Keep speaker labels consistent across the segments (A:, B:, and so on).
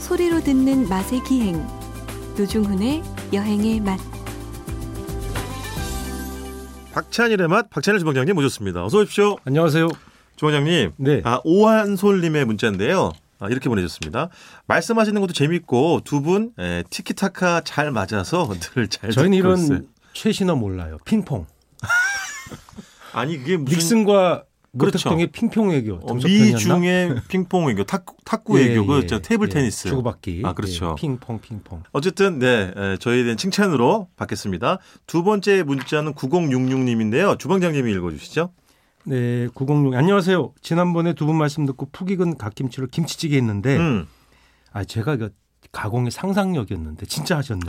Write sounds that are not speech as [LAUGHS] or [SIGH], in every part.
A: 소리로 듣는 맛의 기행 노중훈의 여행의 맛
B: 박찬일의 맛 박찬일 주방장님 모셨습니다. 어서 오십시오.
C: 안녕하세요.
B: 주방장님.
C: 네.
B: 아, 오한솔님의 문자인데요. 아, 이렇게 보내셨습니다. 말씀하시는 것도 재밌고 두 분 예, 티키타카 잘 맞아서 [LAUGHS] 늘잘
C: 저희는
B: 듣고
C: 이런
B: 있어요.
C: 최신어 몰라요. 핑퐁.
B: 아니 그게 무슨
C: 닉슨과
B: 그렇죠.
C: 노태통의 핑퐁 애교.
B: 어, 미
C: 동서편이었나?
B: 중의 핑퐁 애교, 탁구, 탁구
C: 예,
B: 애교,
C: 예,
B: 그 테이블
C: 예.
B: 테니스.
C: 주고받기.
B: 아, 그렇죠.
C: 예, 핑퐁 핑퐁.
B: 어쨌든 네 에, 저희에 대한 칭찬으로 받겠습니다. 두 번째 문자는 9066님인데요. 주방장님이 읽어주시죠.
C: 네, 906. 안녕하세요. 지난번에 두 분 말씀 듣고 푹 익은 갓김치를 김치찌개 했는데
B: 음.
C: 아 제가 그 가공의 상상력이었는데 진짜 하셨네요.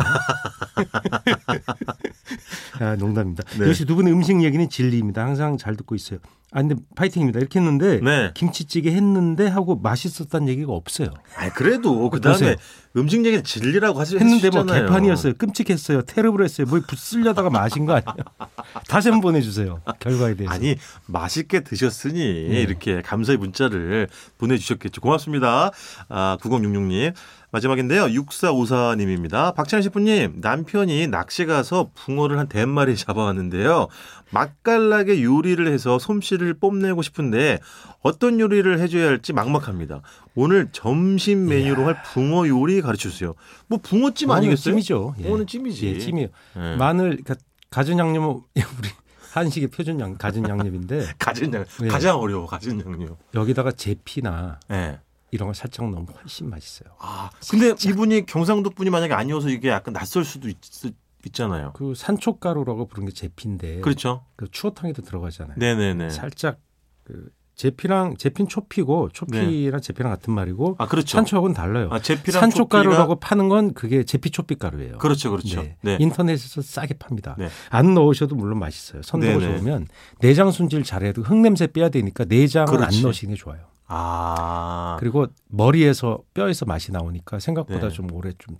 B: [LAUGHS]
C: 아, 농담입니다.
B: 네.
C: 역시 두 분의 음식 얘기는 진리입니다. 항상 잘 듣고 있어요. 아 근데 파이팅입니다. 이렇게 했는데
B: 네.
C: 김치찌개 했는데 하고 맛있었다는 얘기가 없어요.
B: 아 그래도 그 다음에
C: 그러세요.
B: 음식 얘기는 진리라고 하시
C: 했는데 뭐
B: 하시잖아요.
C: 개판이었어요. 끔찍했어요. 테러블했어요. 뭐 부슬려다가 마신 거
B: [LAUGHS]
C: 아니에요? 다시 한번 보내주세요. 결과에 대해서.
B: 아니 맛있게 드셨으니
C: 네.
B: 이렇게 감사의 문자를 보내주셨겠죠. 고맙습니다. 아 9066님 마지막인데요. 6454님입니다. 박찬희 셰프님 남편이 낚시 가서 붕어를 한 대마리 잡아왔는데요. 맛깔나게 요리를 해서 솜씨를 뽐내고 싶은데 어떤 요리를 해줘야 할지 막막합니다. 오늘 점심 메뉴로 할 붕어 요리 가르쳐주세요. 뭐 붕어찜 아니겠어요?
C: 찜이죠. 예.
B: 붕어는 찜이지.
C: 예, 찜이요.
B: 예.
C: 마늘, 그러니까 가준 양념은 [LAUGHS] 우리 한식의 표준 양 가준 양념인데
B: 가진 양
C: 예.
B: 가장 어려워 가진 양념.
C: 여기다가 제피나
B: 예.
C: 이런 걸 살짝 넣으면 훨씬 맛있어요.
B: 아, 근데 이분이 경상도 분이 만약에 아니어서 이게 약간 낯설 수도 있, 잖아요
C: 그 산초가루라고 부르는 게 제피인데
B: 그렇죠.
C: 그 추어탕에도 들어가잖아요.
B: 네네네.
C: 살짝 그 제피랑 제피는 초피고 초피랑 제피랑 같은 말이고
B: 네. 아, 그렇죠.
C: 산초하고는 달라요.
B: 아, 제피랑
C: 산초가루라고
B: 초피가-
C: 파는 건 그게 제피 초피가루예요.
B: 그렇죠, 그렇죠.
C: 네.
B: 네.
C: 인터넷에서 싸게 팝니다.
B: 네.
C: 안 넣으셔도 물론 맛있어요. 선도가
B: 네네.
C: 좋으면 내장 손질 잘해도 흙냄새 빼야 되니까 내장은
B: 그렇지.
C: 안 넣으시는 게 좋아요.
B: 아,
C: 그리고 머리에서 뼈에서 맛이 나오니까
B: 네.
C: 생각보다 좀 오래 좀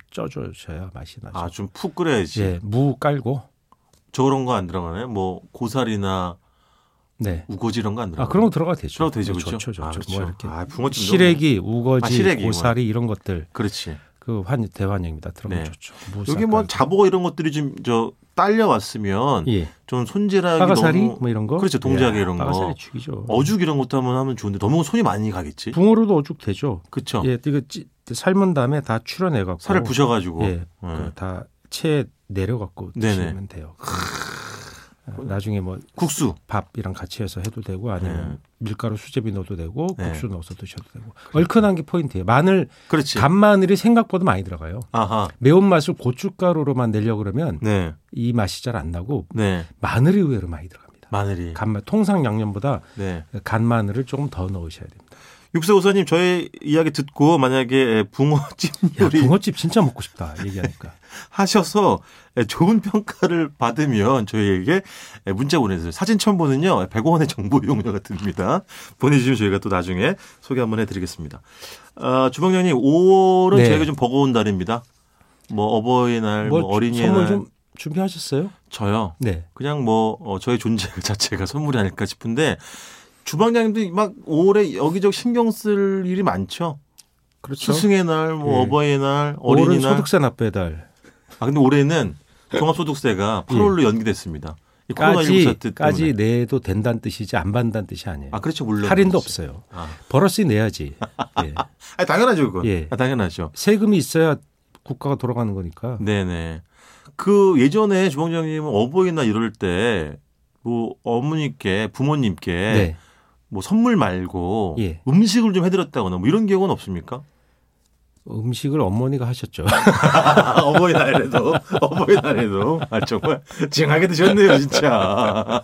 C: 쪄주셔야 맛이 나죠.
B: 아, 좀 푹 끓여야지.
C: 예, 무 깔고.
B: 저런 거 안 들어가나요? 뭐 고사리나
C: 네.
B: 우거지 이런 거 안 들어가요?
C: 아 그런 거 들어가 되죠.
B: 들어도 되죠,
C: 뭐
B: 그렇죠?
C: 좋죠, 좋죠.
B: 아, 그렇죠.
C: 뭐 이렇게
B: 아, 붕어찜도
C: 시래기, 우거지,
B: 아, 시래기,
C: 고사리 이런 것들
B: 그렇지.
C: 그 환, 대환영입니다. 들어가면
B: 네.
C: 좋죠. 무
B: 여기 뭐
C: 쌀가루.
B: 자보 이런 것들이 좀 저 딸려왔으면
C: 예.
B: 좀 손질하기
C: 빠가사리
B: 너무
C: 뭐 이런 거.
B: 그렇죠, 동작이
C: 예,
B: 이런 거.
C: 빠가사리 죽이죠.
B: 어죽 이런 것도 하면 하면 좋은데 너무 손이 많이 가겠지.
C: 붕어로도 어죽 되죠.
B: 그렇죠.
C: 예, 이거 찌- 삶은 다음에 다 출연해 갖고
B: 살을 부셔가지고.
C: 예,
B: 예.
C: 다 체에 내려 갖고
B: 네네. 그
C: 드시면 돼요. 어, 나중에 뭐
B: 국수.
C: 밥이랑 같이 해서 해도 되고 아니면 밀가루 수제비 넣어도 되고
B: 네.
C: 국수 넣어서 드셔도 되고 얼큰한 게 포인트예요. 마늘
B: 그렇지.
C: 간마늘이 생각보다 많이 들어가요.
B: 아하.
C: 매운 맛을 고춧가루로만 내려 그러면
B: 네.
C: 이 맛이 잘 안 나고
B: 네.
C: 마늘이 의외로 많이 들어갑니다.
B: 마늘이.
C: 간마 통상 양념보다
B: 네.
C: 간마늘을 조금 더 넣으셔야 됩니다.
B: 육사오사님 저희 이야기 듣고 만약에 붕어찜 [LAUGHS]
C: 야,
B: 요리
C: 아, 붕어집 진짜 먹고 싶다
B: [LAUGHS]
C: 얘기하니까.
B: 하셔서 좋은 평가를 받으면 저희에게 문자 보내주세요. 사진 첨부는요 100원의 정보 이용료가 듭니다. 보내주시면 저희가 또 나중에 소개 한번 해드리겠습니다. 아, 주방장님 5월은
C: 네.
B: 저희가 좀 버거운 달입니다. 뭐 어버이날, 뭐,
C: 뭘
B: 어린이날
C: 선물 좀 준비하셨어요?
B: 저요.
C: 네.
B: 그냥 뭐 어, 저의 존재 [LAUGHS] 그 자체가 선물이 아닐까 싶은데 주방장님도 막 올해 여기저기 신경 쓸 일이 많죠.
C: 그렇죠.
B: 스승의 날, 뭐
C: 예.
B: 어버이의 날,
C: 올해는
B: 어린이날.
C: 소득세 납부의 달.
B: 아 근데 올해는 종합소득세가 8월로 연기됐습니다. 이 코로나19 사태 때문에.
C: 예. 까지 내도 된다는 뜻이지 안 받는다는 뜻이 아니에요.
B: 아 그렇죠 물론
C: 할인도
B: 그렇지.
C: 없어요.
B: 아,
C: 버러스 내야지. 예.
B: 아니, 당연하죠 그건.
C: 예.
B: 아, 당연하죠.
C: 세금이 있어야 국가가 돌아가는 거니까.
B: 네네. 그 예전에 주방장님은 어버이날 이럴 때 뭐 어머니께 부모님께
C: 네.
B: 뭐 선물 말고
C: 예.
B: 음식을 좀 해드렸다거나 뭐 이런 기억은 없습니까?
C: 음식을 어머니가 하셨죠. [LAUGHS]
B: 아, 어버이날에도 어버이날에도 아 정말 찡하게 드셨네요 진짜.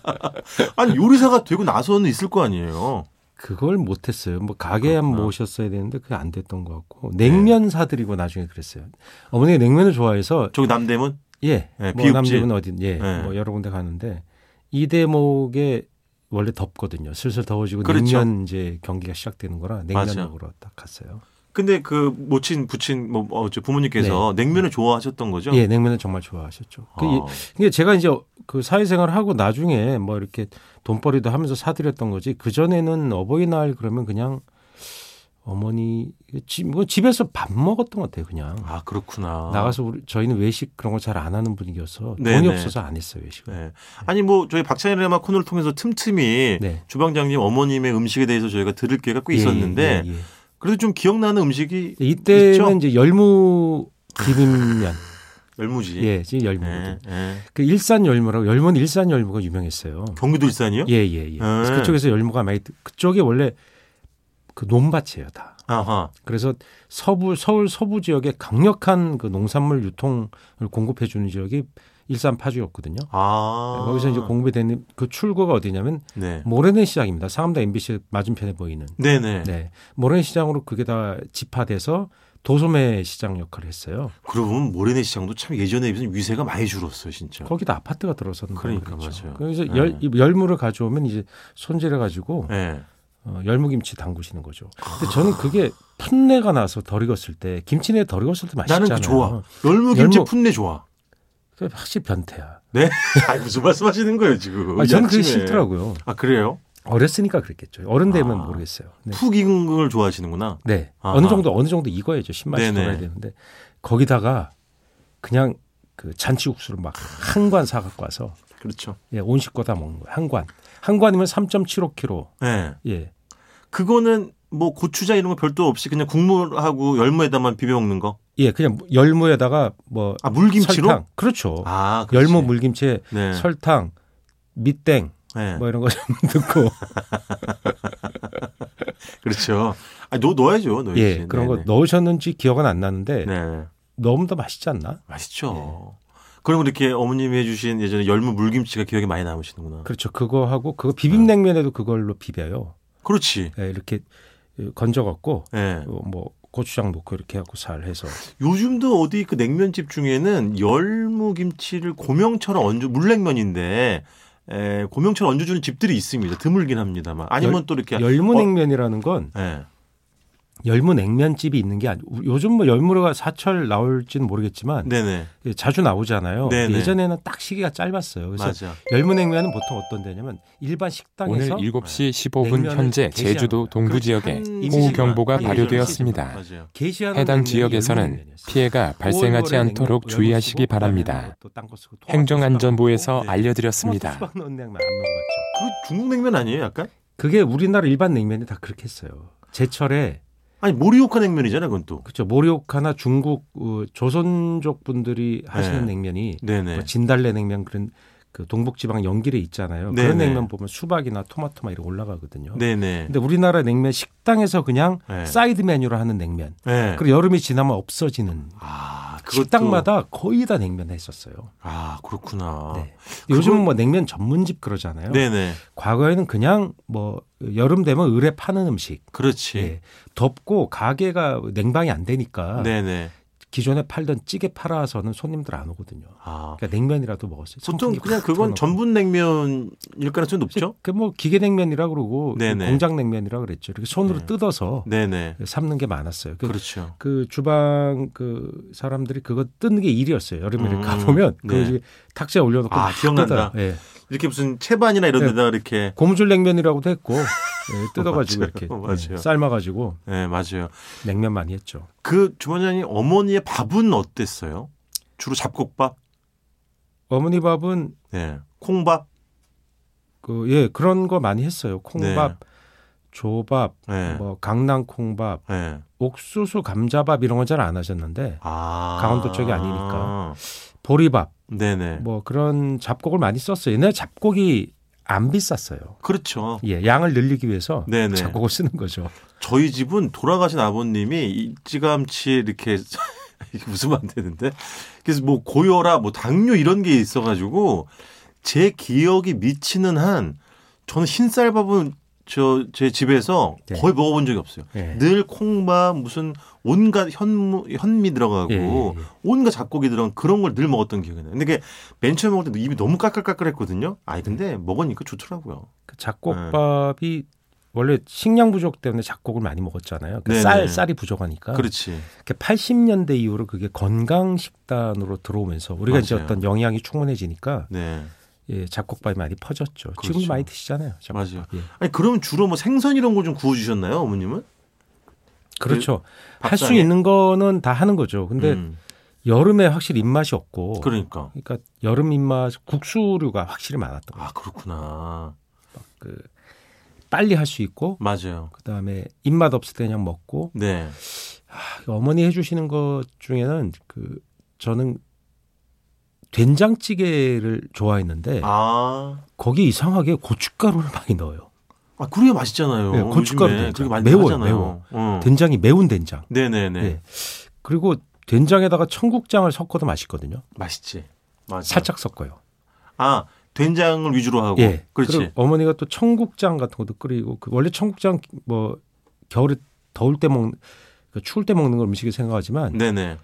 B: 아니 요리사가 되고 나서는 있을 거 아니에요.
C: 그걸 못했어요. 뭐 가게 한
B: 그렇구나.
C: 모셨어야 되는데 그게 안 됐던 것 같고 냉면 사드리고 나중에 그랬어요. 어머니가 냉면을 좋아해서
B: 저기 남대문
C: 예,
B: 네,
C: 뭐
B: 비읍집.
C: 남대문 어딘 예,
B: 네.
C: 뭐 여러 군데 가는데 이 대목에 원래 덥거든요. 슬슬 더워지고
B: 그렇죠.
C: 냉면 이제 경기가 시작되는 거라 냉면
B: 맞아요.
C: 먹으러 딱 갔어요.
B: 근데 그 모친 부친 뭐 어, 저 부모님께서 냉면을 좋아하셨던 거죠?
C: 네. 예, 냉면을 정말 좋아하셨죠. 그
B: 아,
C: 이게 제가 이제 그 사회생활 하고 나중에 뭐 이렇게 돈벌이도 하면서 사드렸던 거지. 그 전에는 어버이날 그러면 그냥 어머니 집, 뭐 집에서 밥 먹었던 것 같아요 그냥
B: 아 그렇구나.
C: 나가서 우리, 저희는 외식 그런 거 잘 안 하는 분위기여서
B: 네네.
C: 돈이 없어서 안 했어요 외식을
B: 네. 아니 뭐 저희 박찬일의 음악 코너를 통해서 틈틈이
C: 네.
B: 주방장님 어머님의 음식에 대해서 저희가 들을 기회가 꽤 있었는데
C: 예, 예, 예.
B: 그래도 좀 기억나는 음식이
C: 이때는
B: 있죠?
C: 이제 열무
B: [LAUGHS]
C: 비빔면
B: 열무지.
C: 예 지금 열무
B: 예, 예.
C: 그 일산 열무라고 열무는 일산 열무가 유명했어요
B: 경기도 일산이요?
C: 예예예 그래서
B: 예.
C: 그쪽에서 열무가 많이 뜨- 그쪽이 원래 그 논밭이에요 다
B: 아하.
C: 그래서 서부 서울 서부 지역에 강력한 그 농산물 유통을 공급해 주는 지역이 일산 파주였거든요.
B: 아.
C: 거기서 이제 공급되는 그 출구가 어디냐면
B: 네.
C: 모래내 시장입니다. 상암동 MBC 맞은편에 보이는.
B: 네네.
C: 네. 모래내 시장으로 그게 다 집화돼서 도소매 시장 역할을 했어요.
B: 그러고 보면 모래내 시장도 참 예전에 비해서 위세가 많이 줄었어요, 진짜.
C: 거기다 아파트가 들어섰는데.
B: 예. 그러니까 맞아요.
C: 그래서
B: 네.
C: 열, 이 열무를 가져오면 이제 손질해 가지고
B: 예.
C: 어, 열무김치 담그시는 거죠. 근데
B: 아.
C: 저는 그게 풋내가 나서 덜 익었을 때 김치내 덜 익었을 때 맛있잖아요.
B: 나는 그 좋아. 열무 김치
C: 열무-
B: 풋내
C: [LAUGHS]
B: 좋아.
C: 그 확실히 변태야.
B: 네? 아 무슨 말씀하시는 거예요 지금?
C: 아니, 저는 그게
B: 야침에.
C: 싫더라고요.
B: 아 그래요?
C: 어렸으니까 그랬겠죠. 어른 되면
B: 아.
C: 모르겠어요. 네.
B: 푹 익은 걸 좋아하시는구나.
C: 네.
B: 아하.
C: 어느 정도 어느 정도 익어야죠. 신맛이
B: 네네.
C: 돌아야 되는데 거기다가 그냥 그 잔치국수를 막 한 관 사갖고 와서
B: 그렇죠.
C: 예, 온식 거다 먹는 거예요. 한 관. 한 관이면 3.75kg.
B: 네.
C: 예.
B: 그거는 뭐 고추장 이런 거 별도 없이 그냥 국물하고 열무에다만 비벼 먹는 거.
C: 예, 그냥 열무에다가 뭐
B: 아 물김치로?
C: 설탕. 그렇죠.
B: 아 그렇지.
C: 열무 물김치에
B: 네.
C: 설탕, 밑땡
B: 네. 아,
C: 뭐 이런 거 좀 [LAUGHS] 넣고
B: 그렇죠. 아 넣, 넣어야죠. 넣어야지.
C: 예, 그런 거
B: 네네.
C: 넣으셨는지 기억은 안 나는데
B: 네.
C: 너무 더 맛있지 않나?
B: 맛있죠.
C: 예.
B: 그럼 이렇게 어머님이 해주신 예전에 열무 물김치가 기억에 많이 남으시는구나.
C: 그렇죠. 그거 하고 그거 비빔냉면에도 그걸로 비벼요.
B: 그, 렇지
C: 예, 이렇게 건져 갖고
B: 예.
C: 뭐 고추장 넣고 이렇게 하고 살 해서
B: 요즘도 어디 그 냉면집 중에는 열무 김치를 고명처럼 얹어 물냉면인데 에, 고명처럼 얹어주는 집들이 있습니다. 드물긴 합니다만 아니면 또 이렇게
C: 열무냉면이라는 건
B: 예.
C: 열무냉면집이 있는 게 아니 요즘 뭐 열무가 사철 나올지는 모르겠지만
B: 네네
C: 예, 자주 나오잖아요.
B: 네네.
C: 예전에는 딱 시기가 짧았어요. 그래서
B: 맞아.
C: 열무냉면은 보통 어떤 데냐면 일반
D: 오늘
C: 식당에서
D: 7시 15분
C: 냉면을
D: 현재
C: 게시하는
D: 제주도
C: 거예요.
B: 그
D: 동부 지역에 호우 경보가 발효되었습니다.
B: 예, 맞아요.
C: 게시하는
D: 해당
C: 냉면이
D: 지역에서는
C: 열무냉면이었어요.
D: 피해가 발생하지
C: 오월에
D: 않도록
C: 냉면
D: 주의하시기
C: 열무 쓰고,
D: 바랍니다.
C: 그다음에 어, 또 땅콩 쓰고 토마토
D: 행정안전부에서
B: 네.
C: 쓰고, 토마토
D: 알려드렸습니다.
C: 뭐 수박 넣은 냉면 안 먹어봤죠.
B: 그 중국 냉면 아니에요, 약간?
C: 그게 우리나라 일반 냉면이 다 그렇게 했어요. 제철에
B: 아니 모리오카 냉면이잖아요, 그건 또.
C: 그렇죠. 모리오카나 중국 어, 조선족 분들이 하시는
B: 네.
C: 냉면이
B: 네네.
C: 뭐 진달래 냉면 그런 그 동북지방 연길에 있잖아요.
B: 네,
C: 그런
B: 네.
C: 냉면 보면 수박이나 토마토 막 이렇게 올라가거든요.
B: 네네.
C: 근데 우리나라 냉면 식당에서 그냥
B: 네.
C: 사이드 메뉴로 하는 냉면.
B: 네.
C: 그리고 여름이 지나면 없어지는
B: 아, 그것도-
C: 식당마다 거의 다 냉면 했었어요.
B: 아 그렇구나.
C: 네. 요즘은 뭐 냉면 전문집 그러잖아요.
B: 네네.
C: 과거에는 그냥 뭐 여름 되면 을에 파는 음식.
B: 그렇지.
C: 예. 덥고 가게가 냉방이 안 되니까
B: 네네.
C: 기존에 팔던 찌개 팔아서는 손님들 안 오거든요.
B: 아
C: 그러니까 냉면이라도 먹었어요.
B: 보통 그냥 그건 전분 냉면일 가능성이 높죠?
C: 그뭐 기계 냉면이라 그러고
B: 네네.
C: 공장 냉면이라 그랬죠. 이렇게 손으로
B: 네.
C: 뜯어서
B: 네네.
C: 삶는 게 많았어요. 그,
B: 그렇죠.
C: 그 주방 그 사람들이 그거 뜯는 게 일이었어요. 여름에
B: 음,
C: 가 보면
B: 네.
C: 그 이제 탁자에 올려놓고
B: 아,
C: 막
B: 기억난다.
C: 그 뜯어요. 예.
B: 이렇게 무슨 채반이나 이런
C: 네.
B: 데다 이렇게
C: 고무줄 냉면이라고도 했고 예,
B: [LAUGHS]
C: 뜯어가지고
B: 맞아요.
C: 이렇게
B: 맞아요.
C: 예, 삶아가지고
B: 네, 맞아요.
C: 냉면 많이 했죠.
B: 그 주원장님 어머니의 밥은 어땠어요? 주로 잡곡밥?
C: 어머니 밥은
B: 네. 콩밥?
C: 그 예 그런 거 많이 했어요. 콩밥, 조밥,
B: 네.
C: 뭐 강낭 콩밥.
B: 네.
C: 옥수수 감자밥 이런 건 잘 안 하셨는데
B: 아.
C: 강원도 쪽이 아니니까. 보리밥
B: 네네.
C: 뭐 그런 잡곡을 많이 썼어요. 옛날 잡곡이 안 비쌌어요.
B: 그렇죠.
C: 예, 양을 늘리기 위해서
B: 네네.
C: 잡곡을 쓰는 거죠.
B: 저희 집은 돌아가신 아버님이 일찌감치 이렇게 [LAUGHS] 이게 무슨 안 되는데 그래서 뭐 고혈압, 뭐 당뇨 이런 게 있어가지고 제 기억이 미치는 한 저는 흰쌀밥은 저 제 집에서
C: 네.
B: 거의 먹어본 적이 없어요.
C: 예.
B: 늘 콩밥 무슨 온갖 현무, 현미 들어가고
C: 예, 예, 예.
B: 온갖 잡곡이 들어간 그런 걸 늘 먹었던 기억이 나요. 근데 그게 맨 처음 먹을 때 입이 너무 까끌까끌했거든요. 아니 근데 먹으니까 좋더라고요.
C: 그 잡곡밥이 원래 식량 부족 때문에 잡곡을 많이 먹었잖아요. 그
B: 네네.
C: 쌀 쌀이 부족하니까.
B: 그렇지.
C: 80년대 이후로 그게 건강 식단으로 들어오면서 우리가 이제
B: 맞아요.
C: 어떤 영양이 충분해지니까
B: 네.
C: 예, 잡곡밥이 많이 퍼졌죠. 지금도
B: 그렇죠.
C: 많이 드시잖아요. 잡곡밥.
B: 맞아요.
C: 예.
B: 아니 그러면 주로 뭐 생선 이런 거 좀 구워 주셨나요, 어머님은?
C: 그렇죠. 할 수
B: 밥상에.
C: 있는 거는 다 하는 거죠. 근데
B: 음,
C: 여름에 확실히 입맛이 없고
B: 그러니까
C: 그러니까 여름 입맛 국수류가 확실히 많았던 거예요.
B: 아 그렇구나
C: 그 빨리 할 수 있고
B: 맞아요.
C: 그다음에 입맛 없을 때 그냥 먹고
B: 네.
C: 그 어머니 해주시는 것 중에는 그 저는 된장찌개를 좋아했는데
B: 아,
C: 거기 이상하게 고춧가루를 많이 넣어요.
B: 아 그래야 맛있잖아요.
C: 네, 고춧가루
B: 요즘에
C: 된장.
B: 그렇게 많이
C: 매워요,
B: 하잖아요.
C: 매워.
B: 어.
C: 된장이 매운 된장.
B: 네네네.
C: 예. 그리고 된장에다가 청국장을 섞어도 맛있거든요.
B: 맛있지. 맞아.
C: 살짝 섞어요.
B: 아 된장을 위주로 하고.
C: 예.
B: 그렇지.
C: 리고 어머니가 또 청국장 같은 것도 끓이고 그 원래 청국장 뭐 겨울에 더울 때 먹는 그 추울 때 먹는 걸 음식이 생각하지만
B: 네네.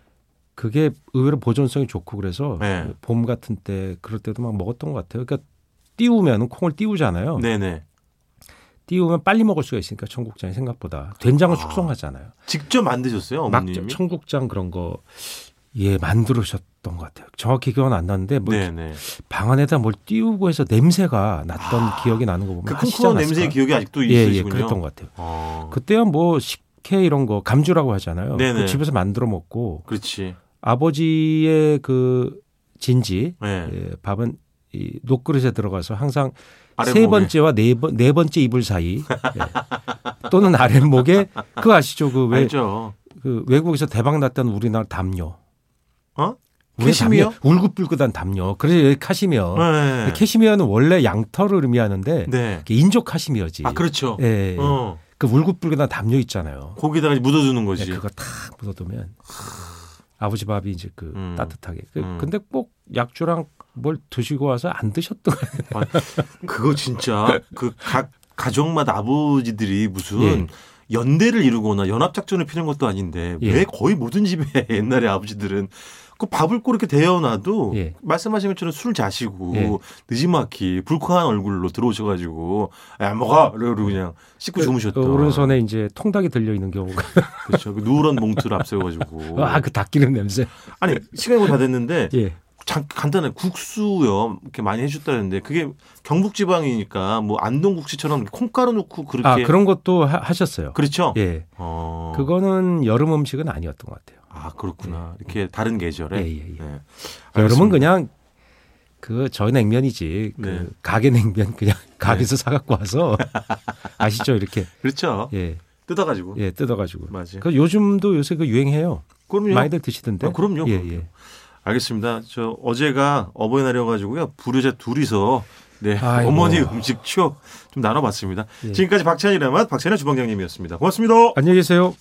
C: 그게 의외로 보존성이 좋고 그래서
B: 네.
C: 봄 같은 때 그럴 때도 막 먹었던 것 같아요. 그러니까 띄우면 콩을 띄우잖아요.
B: 네네.
C: 띄우면 빨리 먹을 수가 있으니까 청국장이 생각보다 된장을
B: 아,
C: 숙성하잖아요.
B: 직접 만드셨어요
C: 막
B: 어머님이.
C: 청국장 그런 거 예 만들으셨던 것 같아요. 정확히 기억은 안 나는데 뭐
B: 네네.
C: 방 안에다 뭘 띄우고 해서 냄새가 났던
B: 아,
C: 기억이 나는 거 보면
B: 그
C: 아시지
B: 쿵쿵한
C: 않았을까?
B: 냄새의 기억이 아직도
C: 예, 예,
B: 있으시군요.
C: 그랬던 것 같아요.
B: 어, 그...
C: 그때야 뭐 식혜 이런 거 감주라고 하잖아요.
B: 네네.
C: 그 집에서 만들어 먹고
B: 렇지
C: 아버지의 그 진지
B: 네.
C: 예, 밥은 이 녹그릇에 들어가서 항상
B: 아랫목에.
C: 세 번째와 네, 번, 네 번째 이불 사이
B: [LAUGHS]
C: 예. 또는 아랫목에 그거 아시죠? 그, 왜,
B: 알죠.
C: 그 외국에서 대박 났던 우리나라 담요.
B: 어?
C: 우리
B: 캐시미어?
C: 담요, 울긋불긋한 담요. 그래서 여기 카시미어.
B: 네.
C: 캐시미어는 원래 양털을 의미하는데
B: 네.
C: 이게 인조 카시미어지.
B: 아 그렇죠.
C: 예, 예.
B: 어.
C: 그 울긋불긋한 담요 있잖아요.
B: 고기다가 이제 묻어주는
C: 예,
B: 거지.
C: 그거 탁 묻어두면 아버지 밥이 이제 그
B: 음.
C: 따뜻하게. 그-
B: 음.
C: 근데 꼭 약주랑 뭘 드시고 와서 안 드셨던
B: 그거 진짜 그 각 가정마다 아버지들이 무슨
C: 예.
B: 연대를 이루거나 연합 작전을 피는 것도 아닌데
C: 예.
B: 왜 거의 모든 집에 [LAUGHS] 옛날에 아버지들은 그 밥을 꼬 이렇게 데워놔도
C: 예.
B: 말씀하신 것처럼 술 자시고
C: 예.
B: 느지막히 불쾌한 얼굴로 들어오셔가지고 야안 먹어 이러고 그냥 씻고 주무셨던
C: 그 오른손에 이제 통닭이 들려 있는 경우가
B: 그렇죠 그 누런 몽투를 앞세워가지고
C: [LAUGHS] 아 그 닭기름 냄새.
B: 아니 시간이 거의 다 됐는데
C: 예.
B: 장- 간단해 국수요 이렇게 많이 해줬다는데 그게 경북 지방이니까 뭐 안동국수처럼 콩가루 넣고 그렇게
C: 아 그런 것도 하, 하셨어요.
B: 그렇죠.
C: 예.
B: 어.
C: 그거는 여름 음식은 아니었던 것 같아요.
B: 아 그렇구나. 이렇게 다른 계절에.
C: 예, 예, 예.
B: 네.
C: 여름은
B: 알겠습니다.
C: 그냥 그 저희 냉면이지. 그
B: 네.
C: 가게 냉면 그냥 가게에서 사 갖고 와서 [LAUGHS] 아시죠? 이렇게
B: 그렇죠.
C: 예.
B: 뜯어가지고.
C: 예, 뜯어 가지고.
B: 맞아요.
C: 그 요즘도 요새 그 유행해요.
B: 그럼요.
C: 많이들 드시던데.
B: 아, 그럼요,
C: 예,
B: 그럼요.
C: 예.
B: 알겠습니다. 저 어제가 어버이날이어가지고요. 부르자 둘이서 네
C: 아이고.
B: 어머니 음식 추억 좀 나눠봤습니다.
C: 예.
B: 지금까지 박찬일의 맛 박찬일 주방장님이었습니다. 고맙습니다.
C: 안녕히 계세요.